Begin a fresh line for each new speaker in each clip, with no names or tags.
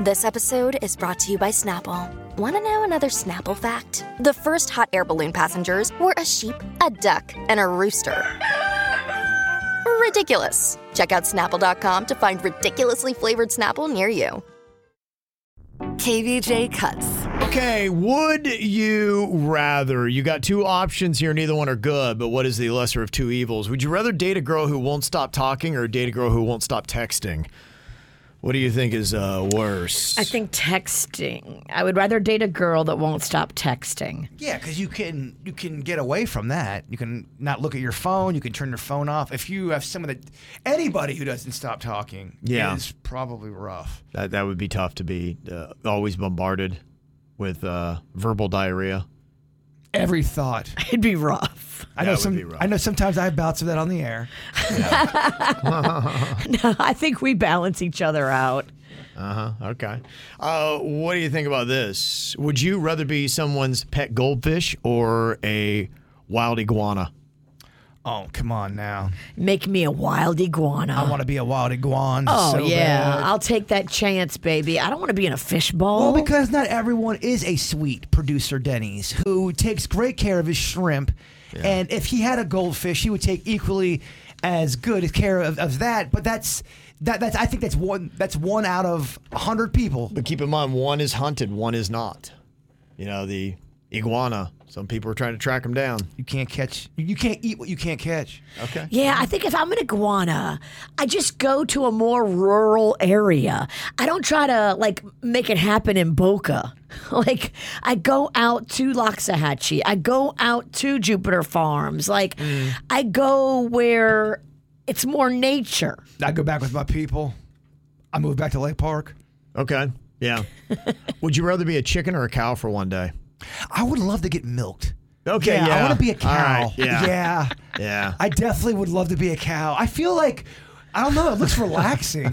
This episode is brought to you by Snapple. Want to know another Snapple fact? The first hot air balloon passengers were a sheep, a duck, and a rooster. Ridiculous. Check out snapple.com to find ridiculously flavored Snapple near you. KVJ Cuts.
Okay, would you rather? You got two options here. Neither one are good, but what is the lesser of two evils? Would you rather date a girl who won't stop talking or date a girl who won't stop texting? What do you think is uh, worse?
I think texting. I would rather date a girl that won't stop texting.
Yeah, because you can you can get away from that. You can not look at your phone. You can turn your phone off. If you have someone that anybody who doesn't stop talking,
Yeah.
is probably rough.
that, that would be tough to be uh, always bombarded with uh, verbal diarrhea.
Every thought.
It'd be rough.
I
That
know
would
some.
be rough.
I know sometimes I bounce of that on the air.
I think we balance each other out.
Uh huh. Okay. Uh, what do you think about this? Would you rather be someone's pet goldfish or a wild iguana?
Oh come on now!
Make me a wild iguana.
I want to be a wild iguana.
oh
so
yeah,
bad.
I'll take that chance, baby. I don't want to be in a fishbowl.
Well, because not everyone is a sweet producer, Denny's, who takes great care of his shrimp. And if he had a goldfish, he would take equally as good care of, of that. But that's that, that's I think that's one that's one out of hundred people.
But keep in mind, one is hunted, one is not. You know, the iguana, some people are trying to track them down.
You can't catch. You can't eat what you can't catch.
Okay.
yeah, I think if I'm an iguana, I just go to a more rural area. I don't try to like make it happen in Boca. Like I go out to Loxahatchee. I go out to Jupiter Farms. Like
Mm.
I go where it's more nature.
I go back with my people. I moved back to Lake Park.
Okay. Yeah. Would you rather be a chicken or a cow for one day?
I would love to get milked.
Okay, yeah.
I want to be a
All
cow.
right, yeah.
yeah.
Yeah.
I definitely would love to be a cow. I feel like I don't know. It looks relaxing.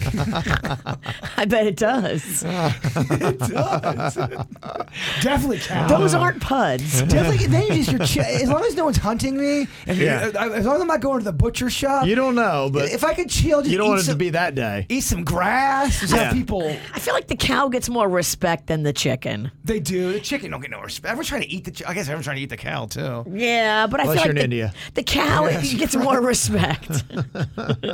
I bet it does.
it does. Definitely cow.
Those aren't puds.
Definitely, then you just your ch- as long as no one's hunting me, and
Yeah.
uh, as long as I'm not going to the butcher shop.
You don't know, but
if I could chill, just
you don't
eat
want it
some,
to be that day.
eat some grass. Just
Yeah.
have people.
I feel like the cow gets more respect than the chicken.
They do. The chicken don't get no respect. Everyone's trying to eat the. Ch- I guess everyone's trying to eat the cow too.
Yeah, but I
Unless
feel
you're
like
in
the,
India.
the cow gets more respect.
e-,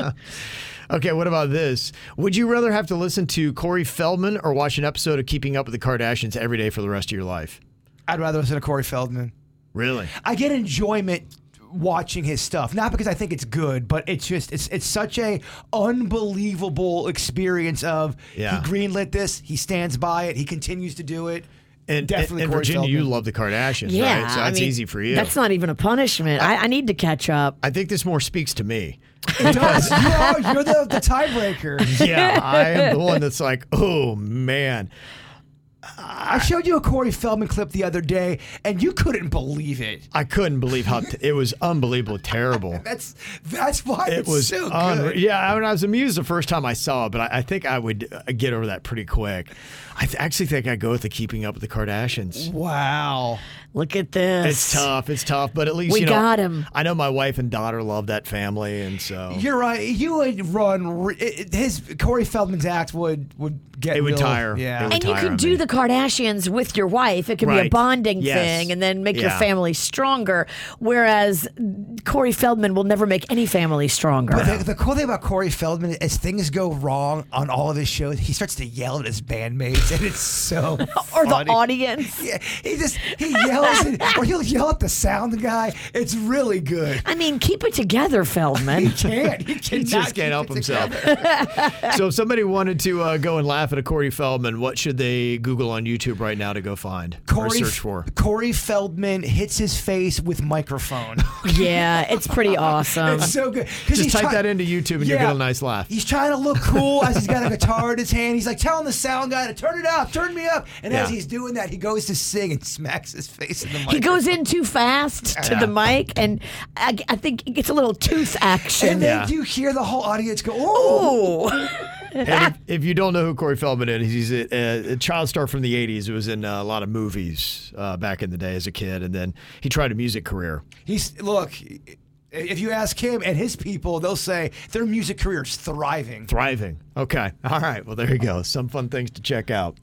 Okay, what about this? Would you rather have to listen to Corey Feldman or watch an episode of Keeping Up with the Kardashians every day for the rest of your life?
I'd rather listen to Corey Feldman.
Really?
I get enjoyment watching his stuff not because i think it's good but it's just it's it's such a unbelievable experience of
Yeah.
he greenlit this he stands by it he continues to do it
And
Definitely
and,
Corey
Virginia, you
Feldman.
love the Kardashians,
yeah,
right? So
I
that's
mean,
easy for you.
That's not even a punishment. I, I need to catch up.
I think this more speaks to me.
It does. you are, you're the, the tiebreaker
Yeah, I am the one that's like, oh man.
I showed you a Corey Feldman clip the other day, and you couldn't believe it.
I couldn't believe how t- it was unbelievably terrible.
That's that's why
It
it's
was
so good.
unre- yeah. I, mean, I was amused the first time I saw it, but I, I think I would uh, get over that pretty quick. I th- actually think I go with the Keeping Up with the Kardashians.
Wow.
Look at this.
It's tough. It's tough, but at least
We
you know,
got 'em.
I know my wife and daughter love that family, and so
You're right. You would run. Re- it- it- his Corey Feldman's act would would get.
It would
real-
tire. It
Yeah.
would-
And you
Retire
can
on
do
me.
the Kardashians with your wife. It could be a
Right.
bonding
Yes.
thing and then make your
Yeah.
family stronger. Whereas Corey Feldman will never make any family stronger.
But the, the cool thing about Corey Feldman is, as things go wrong on all of his shows, he starts to yell at his bandmates, and it's so.
or the
funny.
audience.
Yeah, he just he yells, and, or he'll yell at the sound guy. It's really good.
I mean, keep it together, Feldman.
He can't. He,
he just can't help himself. so, if somebody wanted to uh, go and laugh at a Corey Feldman, what should they Google Google on YouTube right now to go find or
Corey,
search for.
Corey Feldman hits his face with microphone.
Yeah, it's pretty awesome.
it's so good. 'Cause
Just
he's
type
try-
that into YouTube and you'll
Yeah.
get a nice laugh.
He's trying to look cool as he's got a guitar in his hand. He's like telling the sound guy to turn it up, turn me up. And as
Yeah.
he's doing that, he goes to sing and smacks his face in the mic.
He goes in too fast to the mic, and I, I think it gets a little tooth
and
action.
then
Yeah.
you hear the whole audience go, "Oh,
Ooh.
And if, if you don't know who Corey Feldman is, he's a, a child star from the 80s. He was in uh, a lot of movies uh, back in the day as a kid. And then he tried a music career.
he's look." If you ask him and his people, they'll say their music career is thriving.
Thriving. Okay. All right. Well, there you go. Some fun things to check out.